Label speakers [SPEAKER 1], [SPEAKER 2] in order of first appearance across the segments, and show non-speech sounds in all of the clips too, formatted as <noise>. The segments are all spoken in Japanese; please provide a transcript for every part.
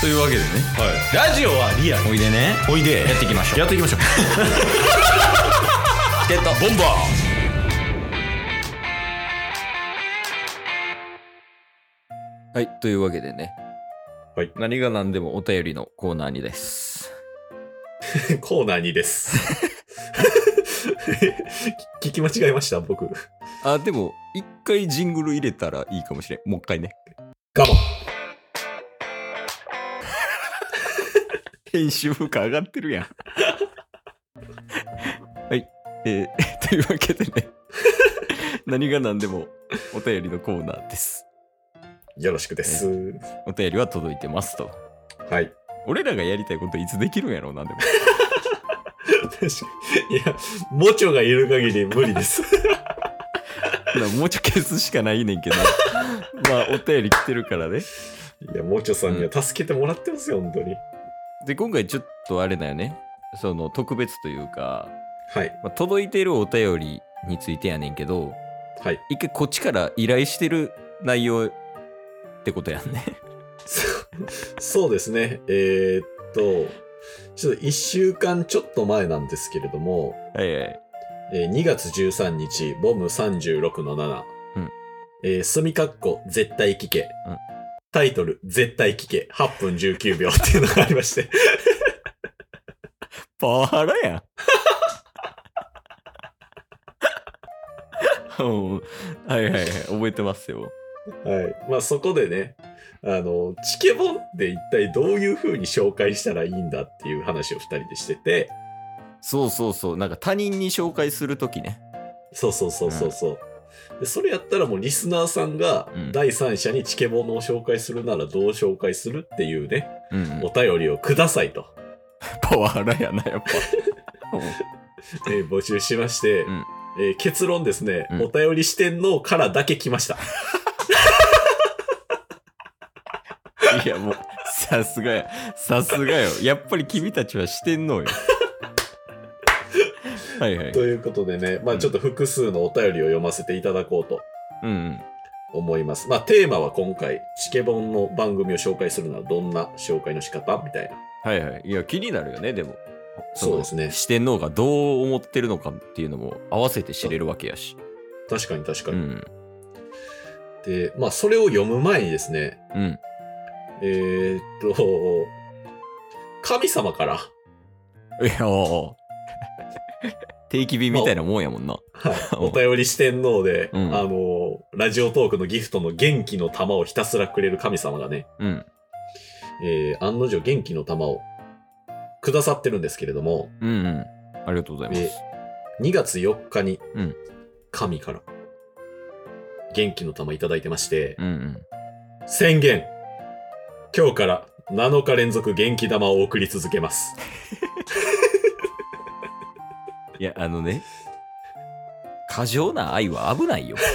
[SPEAKER 1] というわけでね
[SPEAKER 2] ラジオはリアル
[SPEAKER 1] おいでね
[SPEAKER 2] おいで
[SPEAKER 1] やっていきましょう
[SPEAKER 2] やっていきましょう
[SPEAKER 1] チケットボンバーはいというわけでね
[SPEAKER 2] はい
[SPEAKER 1] 何が何でもお便りのコーナーにです <laughs>
[SPEAKER 2] コーナー2です。 <laughs> 聞き間違えました、僕。
[SPEAKER 1] あでも一回ジングル入れたらいいかもしれんもう一回ね
[SPEAKER 2] ガモン。
[SPEAKER 1] 編集負荷上がってるやんはいえー <laughs> というわけでね何が何でもお便りのコーナーです
[SPEAKER 2] よろしくです。
[SPEAKER 1] お便りは届いてますと
[SPEAKER 2] はい。
[SPEAKER 1] 俺らがやりたいこといつできるんやろうなでも
[SPEAKER 2] 確かに。いや、モチョがいる限り無理
[SPEAKER 1] <laughs>
[SPEAKER 2] です。
[SPEAKER 1] なもうちょい消すしかないねんけど <laughs> まあお便り来てるからね
[SPEAKER 2] いや、モチョさんには助けてもらってますよ、本当に。
[SPEAKER 1] で今回ちょっとあれだよねその特別というか、
[SPEAKER 2] はい。
[SPEAKER 1] まあ、届いてるお便りについてやねんけど
[SPEAKER 2] はい。
[SPEAKER 1] 一回こっちから依頼してる内容ってことやんね <laughs>
[SPEAKER 2] そうそうですね。えー、っと、ちょっと1週間ちょっと前なんですけれども、
[SPEAKER 1] はいはい
[SPEAKER 2] えー2月13日、ボム36の7。
[SPEAKER 1] うん
[SPEAKER 2] えー、墨かっこ、絶対聞け。
[SPEAKER 1] うん
[SPEAKER 2] タイトル、絶対聞け。8分19秒っていうのがありま
[SPEAKER 1] <laughs>
[SPEAKER 2] して。
[SPEAKER 1] パワハラ <laughs> やんうんはいはいはい覚えてますよ
[SPEAKER 2] はい。まあそこでね、あの、チケボンって一体どういう風に紹介したらいいんだっていう話を二人でしてて、
[SPEAKER 1] そうそうそうなんか他人に紹介するときね
[SPEAKER 2] そうそうそうそうそう。でそれやったらもうリスナーさんが
[SPEAKER 1] うん
[SPEAKER 2] 第三者にチケボンを紹介するならどう紹介するっていうね、
[SPEAKER 1] うん、
[SPEAKER 2] お便りをくださいと、
[SPEAKER 1] パワハラやなやっ <laughs> ぱうん
[SPEAKER 2] えー募集しまして、
[SPEAKER 1] うん
[SPEAKER 2] えー結論ですね、
[SPEAKER 1] うん
[SPEAKER 2] お便り四天王からだけ来ました。
[SPEAKER 1] <laughs> いやもうさすがやさすがよやっぱり君たちはしてんのよ <laughs> はいはい
[SPEAKER 2] ということでね、まあちょっと複数のお便りを読ませていただこうと
[SPEAKER 1] うんうん
[SPEAKER 2] 思います。まあ、テーマは今回、チケボンの番組を紹介するのはどんな紹介の仕方みたいな。
[SPEAKER 1] はいはいいや気になるよねでも
[SPEAKER 2] そうですね。
[SPEAKER 1] 四天王がどう思ってるのかっていうのも合わせて知れるわけやし
[SPEAKER 2] 確かに確か
[SPEAKER 1] う
[SPEAKER 2] に。
[SPEAKER 1] ん
[SPEAKER 2] で、まあ、それを読む前にですね、
[SPEAKER 1] うん
[SPEAKER 2] えー、っと、神様から、
[SPEAKER 1] いやお
[SPEAKER 2] <laughs>
[SPEAKER 1] ー定期便みたいなもんやもんな
[SPEAKER 2] はい、
[SPEAKER 1] お
[SPEAKER 2] お便り四天王で、
[SPEAKER 1] うん
[SPEAKER 2] あの、ラジオトークのギフトの元気の玉をひたすらくれる神様がね、
[SPEAKER 1] うん
[SPEAKER 2] えー、案の定元気の玉をくださってるんですけれども、
[SPEAKER 1] うんうんありがとうございます
[SPEAKER 2] え2月4日に
[SPEAKER 1] うん、
[SPEAKER 2] 神から、元気の玉いただいてまして、
[SPEAKER 1] うんうん
[SPEAKER 2] 宣言今日から7日連続元気玉を送り続けます。
[SPEAKER 1] いやあのね過剰な愛は危ないよ <laughs>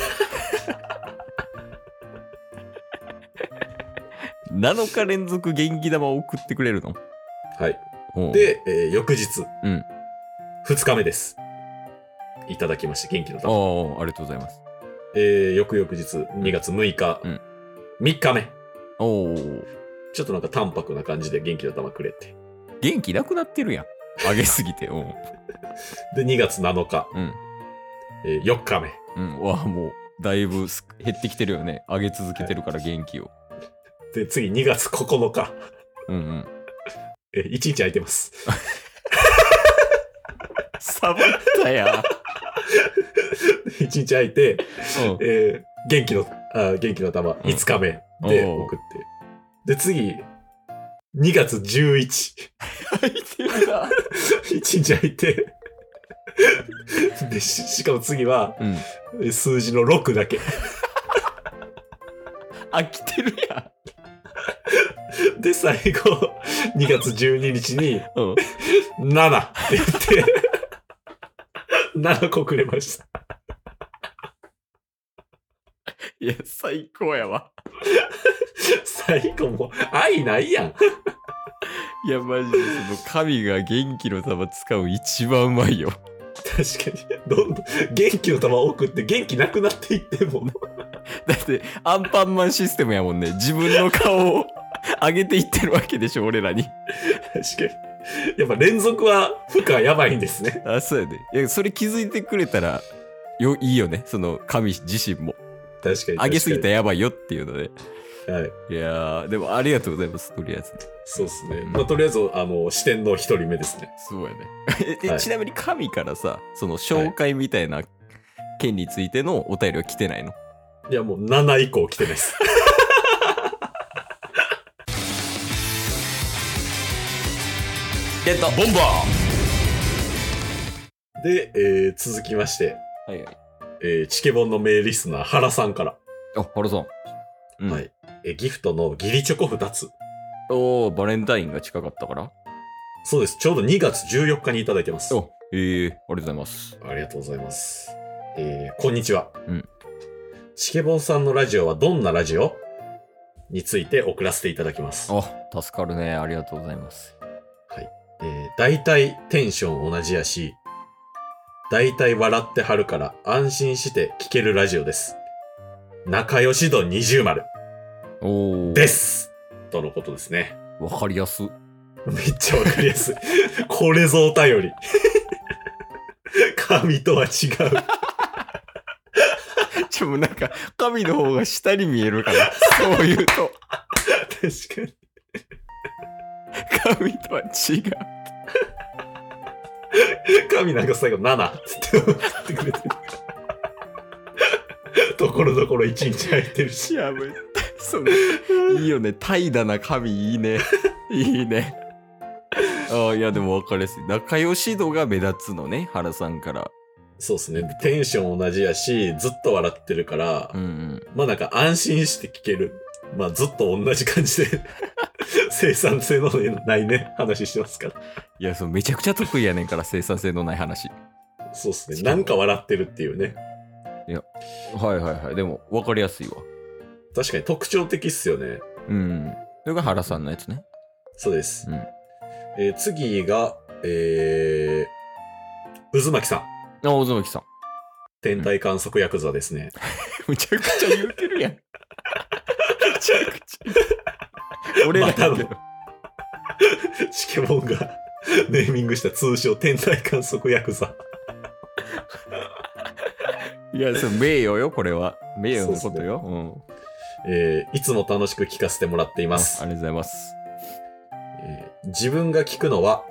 [SPEAKER 1] 7日連続元気玉を送ってくれるの
[SPEAKER 2] はい。
[SPEAKER 1] おう
[SPEAKER 2] で、えー翌日、
[SPEAKER 1] うん
[SPEAKER 2] 2日目です。いただきまして、元気の
[SPEAKER 1] あ
[SPEAKER 2] 玉。
[SPEAKER 1] あありがとうございます
[SPEAKER 2] えー、翌々日、2月6日、
[SPEAKER 1] うん
[SPEAKER 2] 3日目。
[SPEAKER 1] おお
[SPEAKER 2] ちょっとなんか淡白な感じで元気の玉くれて。
[SPEAKER 1] 元気なくなってるやんあげすぎておう
[SPEAKER 2] で、2月7日、
[SPEAKER 1] うん
[SPEAKER 2] えー4日目。
[SPEAKER 1] うんうわあもうだいぶす減ってきてるよねあげ続けてるから元気を
[SPEAKER 2] で、次2月9日、
[SPEAKER 1] うんうん
[SPEAKER 2] え1日空いてます。 <laughs>
[SPEAKER 1] サボった <laughs> や
[SPEAKER 2] 1日空いて、
[SPEAKER 1] うん
[SPEAKER 2] えー元気の、あ元気の玉、5日目で
[SPEAKER 1] おう
[SPEAKER 2] 送って。で、次、2月11、 <laughs>
[SPEAKER 1] 空いてるな
[SPEAKER 2] 1日空いて、で、ししかも次は、
[SPEAKER 1] うん
[SPEAKER 2] えー数字の6だけ。
[SPEAKER 1] <laughs> 飽きてるやん
[SPEAKER 2] で、最後、2月12日に、
[SPEAKER 1] うん
[SPEAKER 2] 7って言って、7個くれました。
[SPEAKER 1] いや最高やわ
[SPEAKER 2] 最後も、愛ないやん。
[SPEAKER 1] いや、マジで、その、神が元気の玉使う一番うまいよ。 <laughs>
[SPEAKER 2] 確かに。どんどん、元気の玉を送って、元気なくなっていっても、
[SPEAKER 1] だって、アンパンマンシステムやもんね。自分の顔を <laughs> 上げていってるわけでしょ、俺らに。
[SPEAKER 2] 確かに。やっぱ連続は負荷やばいんですね。
[SPEAKER 1] あ、そうやで。いや、それ気づいてくれたら、よ、いいよね。その、神自身も。
[SPEAKER 2] 確かに。
[SPEAKER 1] 上げすぎた
[SPEAKER 2] て
[SPEAKER 1] らやばいよっていうので。
[SPEAKER 2] はい。
[SPEAKER 1] いやー、でもありがとうございます、とりあえず。
[SPEAKER 2] そうですね。まあ、とりあえず、あの、視点の一人目ですね。
[SPEAKER 1] そうやね。 <laughs> え、
[SPEAKER 2] はい
[SPEAKER 1] ちなみに神からさ、その紹介みたいな件についてのお便りは来てないの、
[SPEAKER 2] いや、もう7以降来てないです。
[SPEAKER 1] ゲットボンバ
[SPEAKER 2] で、えー続きまして、
[SPEAKER 1] ーはいはい。
[SPEAKER 2] えーチケボンの名リスナー、原さんから。
[SPEAKER 1] あ、ハロさん。うん
[SPEAKER 2] はい。えーギフトのギリチョコ2つ。
[SPEAKER 1] おー、バレンタインが近かったから。
[SPEAKER 2] そうです。ちょうど2月14日にいただいてます。
[SPEAKER 1] おえー、ありがとうございます。
[SPEAKER 2] ありがとうございます。えーこんにちは。
[SPEAKER 1] うん
[SPEAKER 2] チケボンさんのラジオはどんなラジオについて送らせていただきます。
[SPEAKER 1] あ、助かるね。ありがとうございます。
[SPEAKER 2] えー、大体テンション同じやし、大体笑ってはるから安心して聞けるラジオです。仲良し度20丸
[SPEAKER 1] おー。
[SPEAKER 2] ですとのことですね。
[SPEAKER 1] わかりやす。
[SPEAKER 2] めっちゃわかりやすい。これぞお便り。 <laughs> 神とは違う。
[SPEAKER 1] <laughs> ちょ、もうなんか、神の方が下に見えるから。 <laughs> そういうと。
[SPEAKER 2] 確かに。
[SPEAKER 1] 神とは違う。
[SPEAKER 2] 神なんか最後7って言ってくれてる。ところどころ1日入ってるし。
[SPEAKER 1] やめて。そのいいよね。怠惰な神いい <laughs> ね。いいね。ああ、いや、でも分かりやすい。仲良し度が目立つのね、原さんから。
[SPEAKER 2] そうですね。テンション同じやし、ずっと笑ってるから、
[SPEAKER 1] うんうん。
[SPEAKER 2] まあなんか安心して聞ける。まあずっと同じ感じで <laughs> 生産性のないね、話してますから。
[SPEAKER 1] いや、そのめちゃくちゃ得意やねんから、生産性のない話。
[SPEAKER 2] そうですね。なんか笑ってるっていうね。
[SPEAKER 1] はいはいはい。でも、分かりやすいわ。
[SPEAKER 2] 確かに特徴的っすよね。
[SPEAKER 1] うん。それが原さんのやつね。
[SPEAKER 2] そうです。
[SPEAKER 1] うん
[SPEAKER 2] えー次が、えー、渦巻さん。
[SPEAKER 1] あ、大園木さん。
[SPEAKER 2] 天体観測ヤクザですね。
[SPEAKER 1] <laughs> むちゃくちゃ言うてるやん。むちゃくちゃ。俺らやけど
[SPEAKER 2] まチケモンがネーミングした通称天体観測ヤクザ。
[SPEAKER 1] いや、その名誉よ、これは。名誉のことよ。うん。
[SPEAKER 2] えーいつも楽しく聞かせてもらってい
[SPEAKER 1] あ
[SPEAKER 2] ま
[SPEAKER 1] あ
[SPEAKER 2] す。
[SPEAKER 1] りがとうございます。
[SPEAKER 2] えー自分が聞くのは、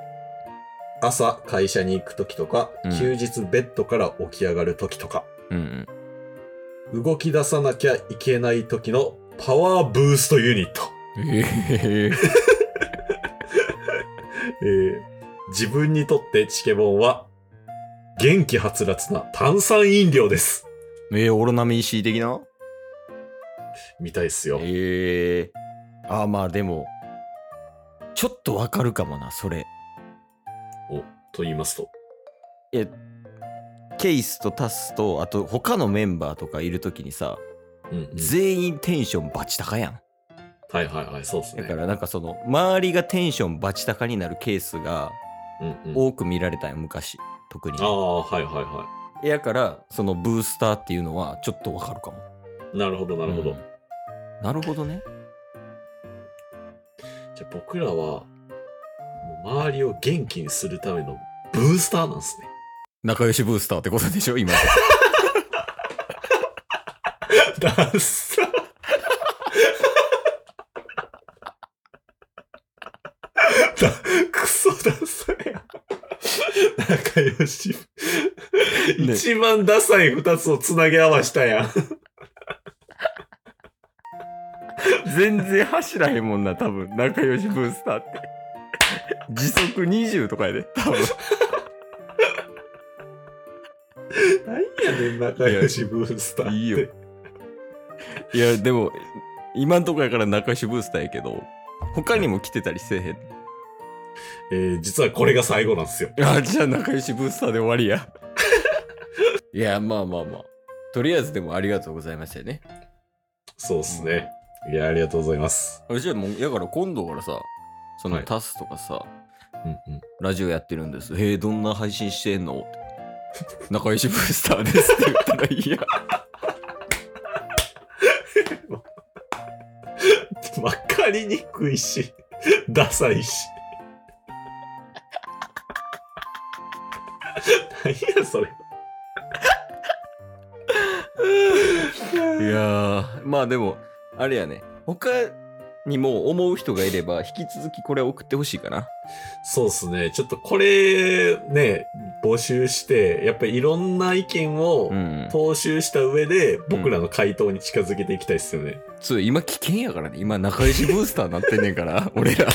[SPEAKER 2] 朝会社に行くときとか、
[SPEAKER 1] うん
[SPEAKER 2] 休日ベッドから起き上がるときとか、
[SPEAKER 1] うんうん。
[SPEAKER 2] 動き出さなきゃいけないときのパワーブーストユニット。
[SPEAKER 1] ええ
[SPEAKER 2] えー自分にとってチケボンは、元気はつらつな炭酸飲料です。
[SPEAKER 1] えー、オロナミン C 的な
[SPEAKER 2] みたいっすよ。
[SPEAKER 1] ええあーまあでも、ちょっとわかるかもな、それ。
[SPEAKER 2] おと言いますと。
[SPEAKER 1] え、ケイスとタスと、あと他のメンバーとかいるときにさ、
[SPEAKER 2] うんうん、
[SPEAKER 1] 全員テンションバチ高やん。
[SPEAKER 2] はいはいはい、そうです
[SPEAKER 1] だ
[SPEAKER 2] ね。
[SPEAKER 1] からなんかその、周りがテンションバチ高になるケースが
[SPEAKER 2] うんうん、
[SPEAKER 1] 多く見られたんよ、昔。特に
[SPEAKER 2] あ。あ、はいはいは
[SPEAKER 1] やから、そのブースターっていうのはちょっとわかるかも。
[SPEAKER 2] い。なるほどなるほど。
[SPEAKER 1] うんなるほどね。
[SPEAKER 2] じゃあ僕らは、もう周りを元気にするためのブースターなんですね。
[SPEAKER 1] 仲良しブースターってことでしょ、今。
[SPEAKER 2] ダッサだクソダサいや仲良し、
[SPEAKER 1] ね
[SPEAKER 2] 一番ダサい二つをつなぎ合わしたやん
[SPEAKER 1] 全然走らへんもんな多分仲良しブースターって時速20とかやで多分
[SPEAKER 2] 何やねん仲良しブースターって
[SPEAKER 1] いいよいやでも今んとこやから仲良しブースターやけど他にも来てたりせえへん
[SPEAKER 2] えー実はこれが最後なんですよ
[SPEAKER 1] あじゃあ仲良しブースターで終わりや <laughs> いやまあまあまあとりあえずでもありがとうございましたよね
[SPEAKER 2] そうっすね、いやありがとうございます、
[SPEAKER 1] あじゃあもうやから今度からさそ
[SPEAKER 2] は
[SPEAKER 1] の
[SPEAKER 2] い
[SPEAKER 1] タスとかさ、
[SPEAKER 2] うんうん、
[SPEAKER 1] ラジオやってるんですへえどんな配信してんの仲良しブースターですって言ったらい <laughs> いや
[SPEAKER 2] <laughs> 真っ赤かりにくいし、ダサいし。何やそれ。
[SPEAKER 1] いやーまあでもあれやね他にも思う人がいれば引き続きこれ送ってほしいかな
[SPEAKER 2] そうっすね。ちょっとこれ、ね、募集して、やっぱりいろんな意見を
[SPEAKER 1] うん
[SPEAKER 2] 踏襲した上で、僕らの回答に近づけていきたいっすよね。
[SPEAKER 1] そう今危険やからね今仲良しブースターになってんねんから <laughs> 俺ら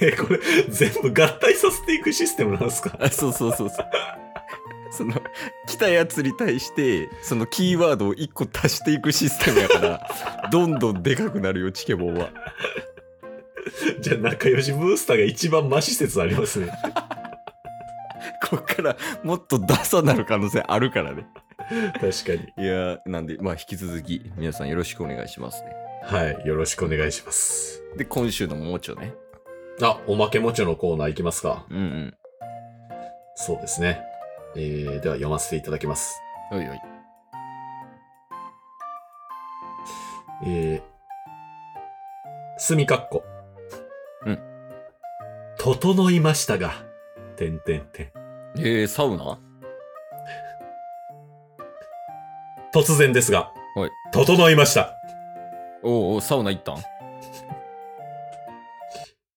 [SPEAKER 2] え、これ、全部合体させていくシステムなんですか <laughs>
[SPEAKER 1] あそうそうそうそうその来たやつに対してそのキーワードを1個足していくシステムやからどんどんでかくなるよチケボンは
[SPEAKER 2] じゃあ仲良しブースターが一番マシ説ありますね。
[SPEAKER 1] こっからもっとダサなる可能性あるからね
[SPEAKER 2] 確かに。
[SPEAKER 1] いやーなんでまあ引き続き皆さんよろしくお願いしますね
[SPEAKER 2] はい。よろしくお願いします。
[SPEAKER 1] で今週のもうちょね
[SPEAKER 2] あ、おまけもちのコーナーいきますか。
[SPEAKER 1] うんうん
[SPEAKER 2] そうですね。えー、では読ませていただきます。
[SPEAKER 1] おいおい
[SPEAKER 2] えー、すみかっこ。
[SPEAKER 1] うん。
[SPEAKER 2] 整いましたが、てんてんてん。
[SPEAKER 1] えー、サウナ
[SPEAKER 2] 突然ですが、
[SPEAKER 1] はい。
[SPEAKER 2] 整いました。
[SPEAKER 1] おうおうサウナ行ったん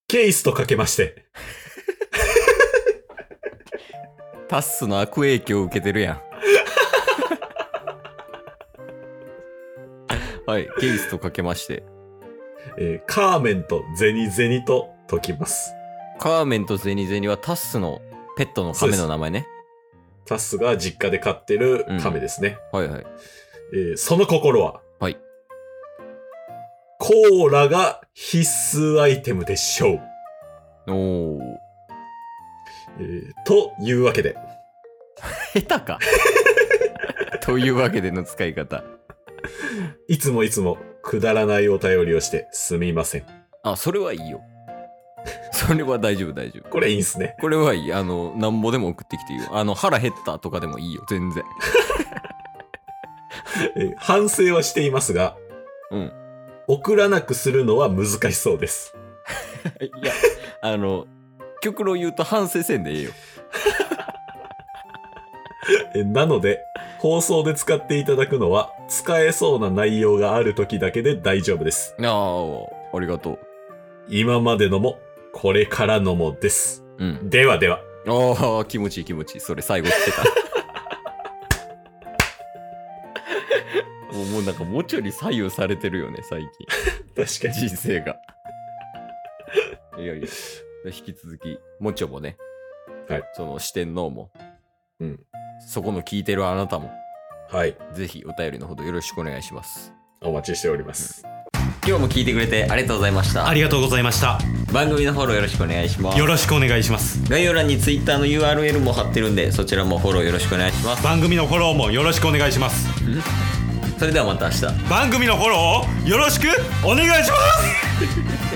[SPEAKER 2] ケースとかけまして、
[SPEAKER 1] タッスの悪影響を受けてるやん <laughs> はいケイスとかけまして
[SPEAKER 2] えー、カーメンとゼニゼニと解きます。
[SPEAKER 1] カーメンとゼニゼニはタッスのペットの亀の名前ね
[SPEAKER 2] タスが実家で飼ってる亀ですね。
[SPEAKER 1] はいはい
[SPEAKER 2] えーその心は、
[SPEAKER 1] はい。
[SPEAKER 2] コーラが必須アイテムでしょう。
[SPEAKER 1] おお
[SPEAKER 2] えーというわけで、
[SPEAKER 1] 下手 <laughs> かというわけでの使い方
[SPEAKER 2] いつもいつもくだらないお便りをしてすみません。
[SPEAKER 1] あそれはいいよ <laughs> それは大丈夫大丈夫
[SPEAKER 2] これいいんすね。
[SPEAKER 1] これはいいあのなんぼでも送ってきていいよあの腹減ったとかでもいいよ全然
[SPEAKER 2] えー反省はしていますが、
[SPEAKER 1] うん
[SPEAKER 2] 送らなくするのは難しそうです。
[SPEAKER 1] <laughs> いや、あの、極論言うと反省せんでええよ。
[SPEAKER 2] えーなので、放送で使っていただくのは、使えそうな内容がある時だけで大丈夫です。
[SPEAKER 1] ああ、ありがとう。
[SPEAKER 2] 今までのも、これからのもです。
[SPEAKER 1] うん。
[SPEAKER 2] ではでは。
[SPEAKER 1] ああ、気持ちいい気持ちいい。それ最
[SPEAKER 3] <laughs>
[SPEAKER 1] 後してた。もうもうなんか、もちょり左右されてるよね、最
[SPEAKER 2] 確か
[SPEAKER 1] 近。人生が。いやいや、引き続き、もちょもね、
[SPEAKER 2] はい、
[SPEAKER 1] その四天王も、
[SPEAKER 2] うん、
[SPEAKER 1] そこの聞いてるあなたも、
[SPEAKER 2] はい。
[SPEAKER 1] ぜひお便りのほどよろしくお願いします。
[SPEAKER 2] お待ちしております。
[SPEAKER 1] 今日も聞いてくれてありがとうございました
[SPEAKER 3] あ。りがとうございました。
[SPEAKER 1] 番組のフォローよろしくお願いします
[SPEAKER 3] よ。ろしくお願いします。
[SPEAKER 1] 概要欄に Twitter の URL も貼ってるんでそちらもフォローよろしくお願いします
[SPEAKER 3] 番組のフォローもよろしくお願いします。
[SPEAKER 1] それではまた明日
[SPEAKER 3] 番組のフォローをよろしくお願いします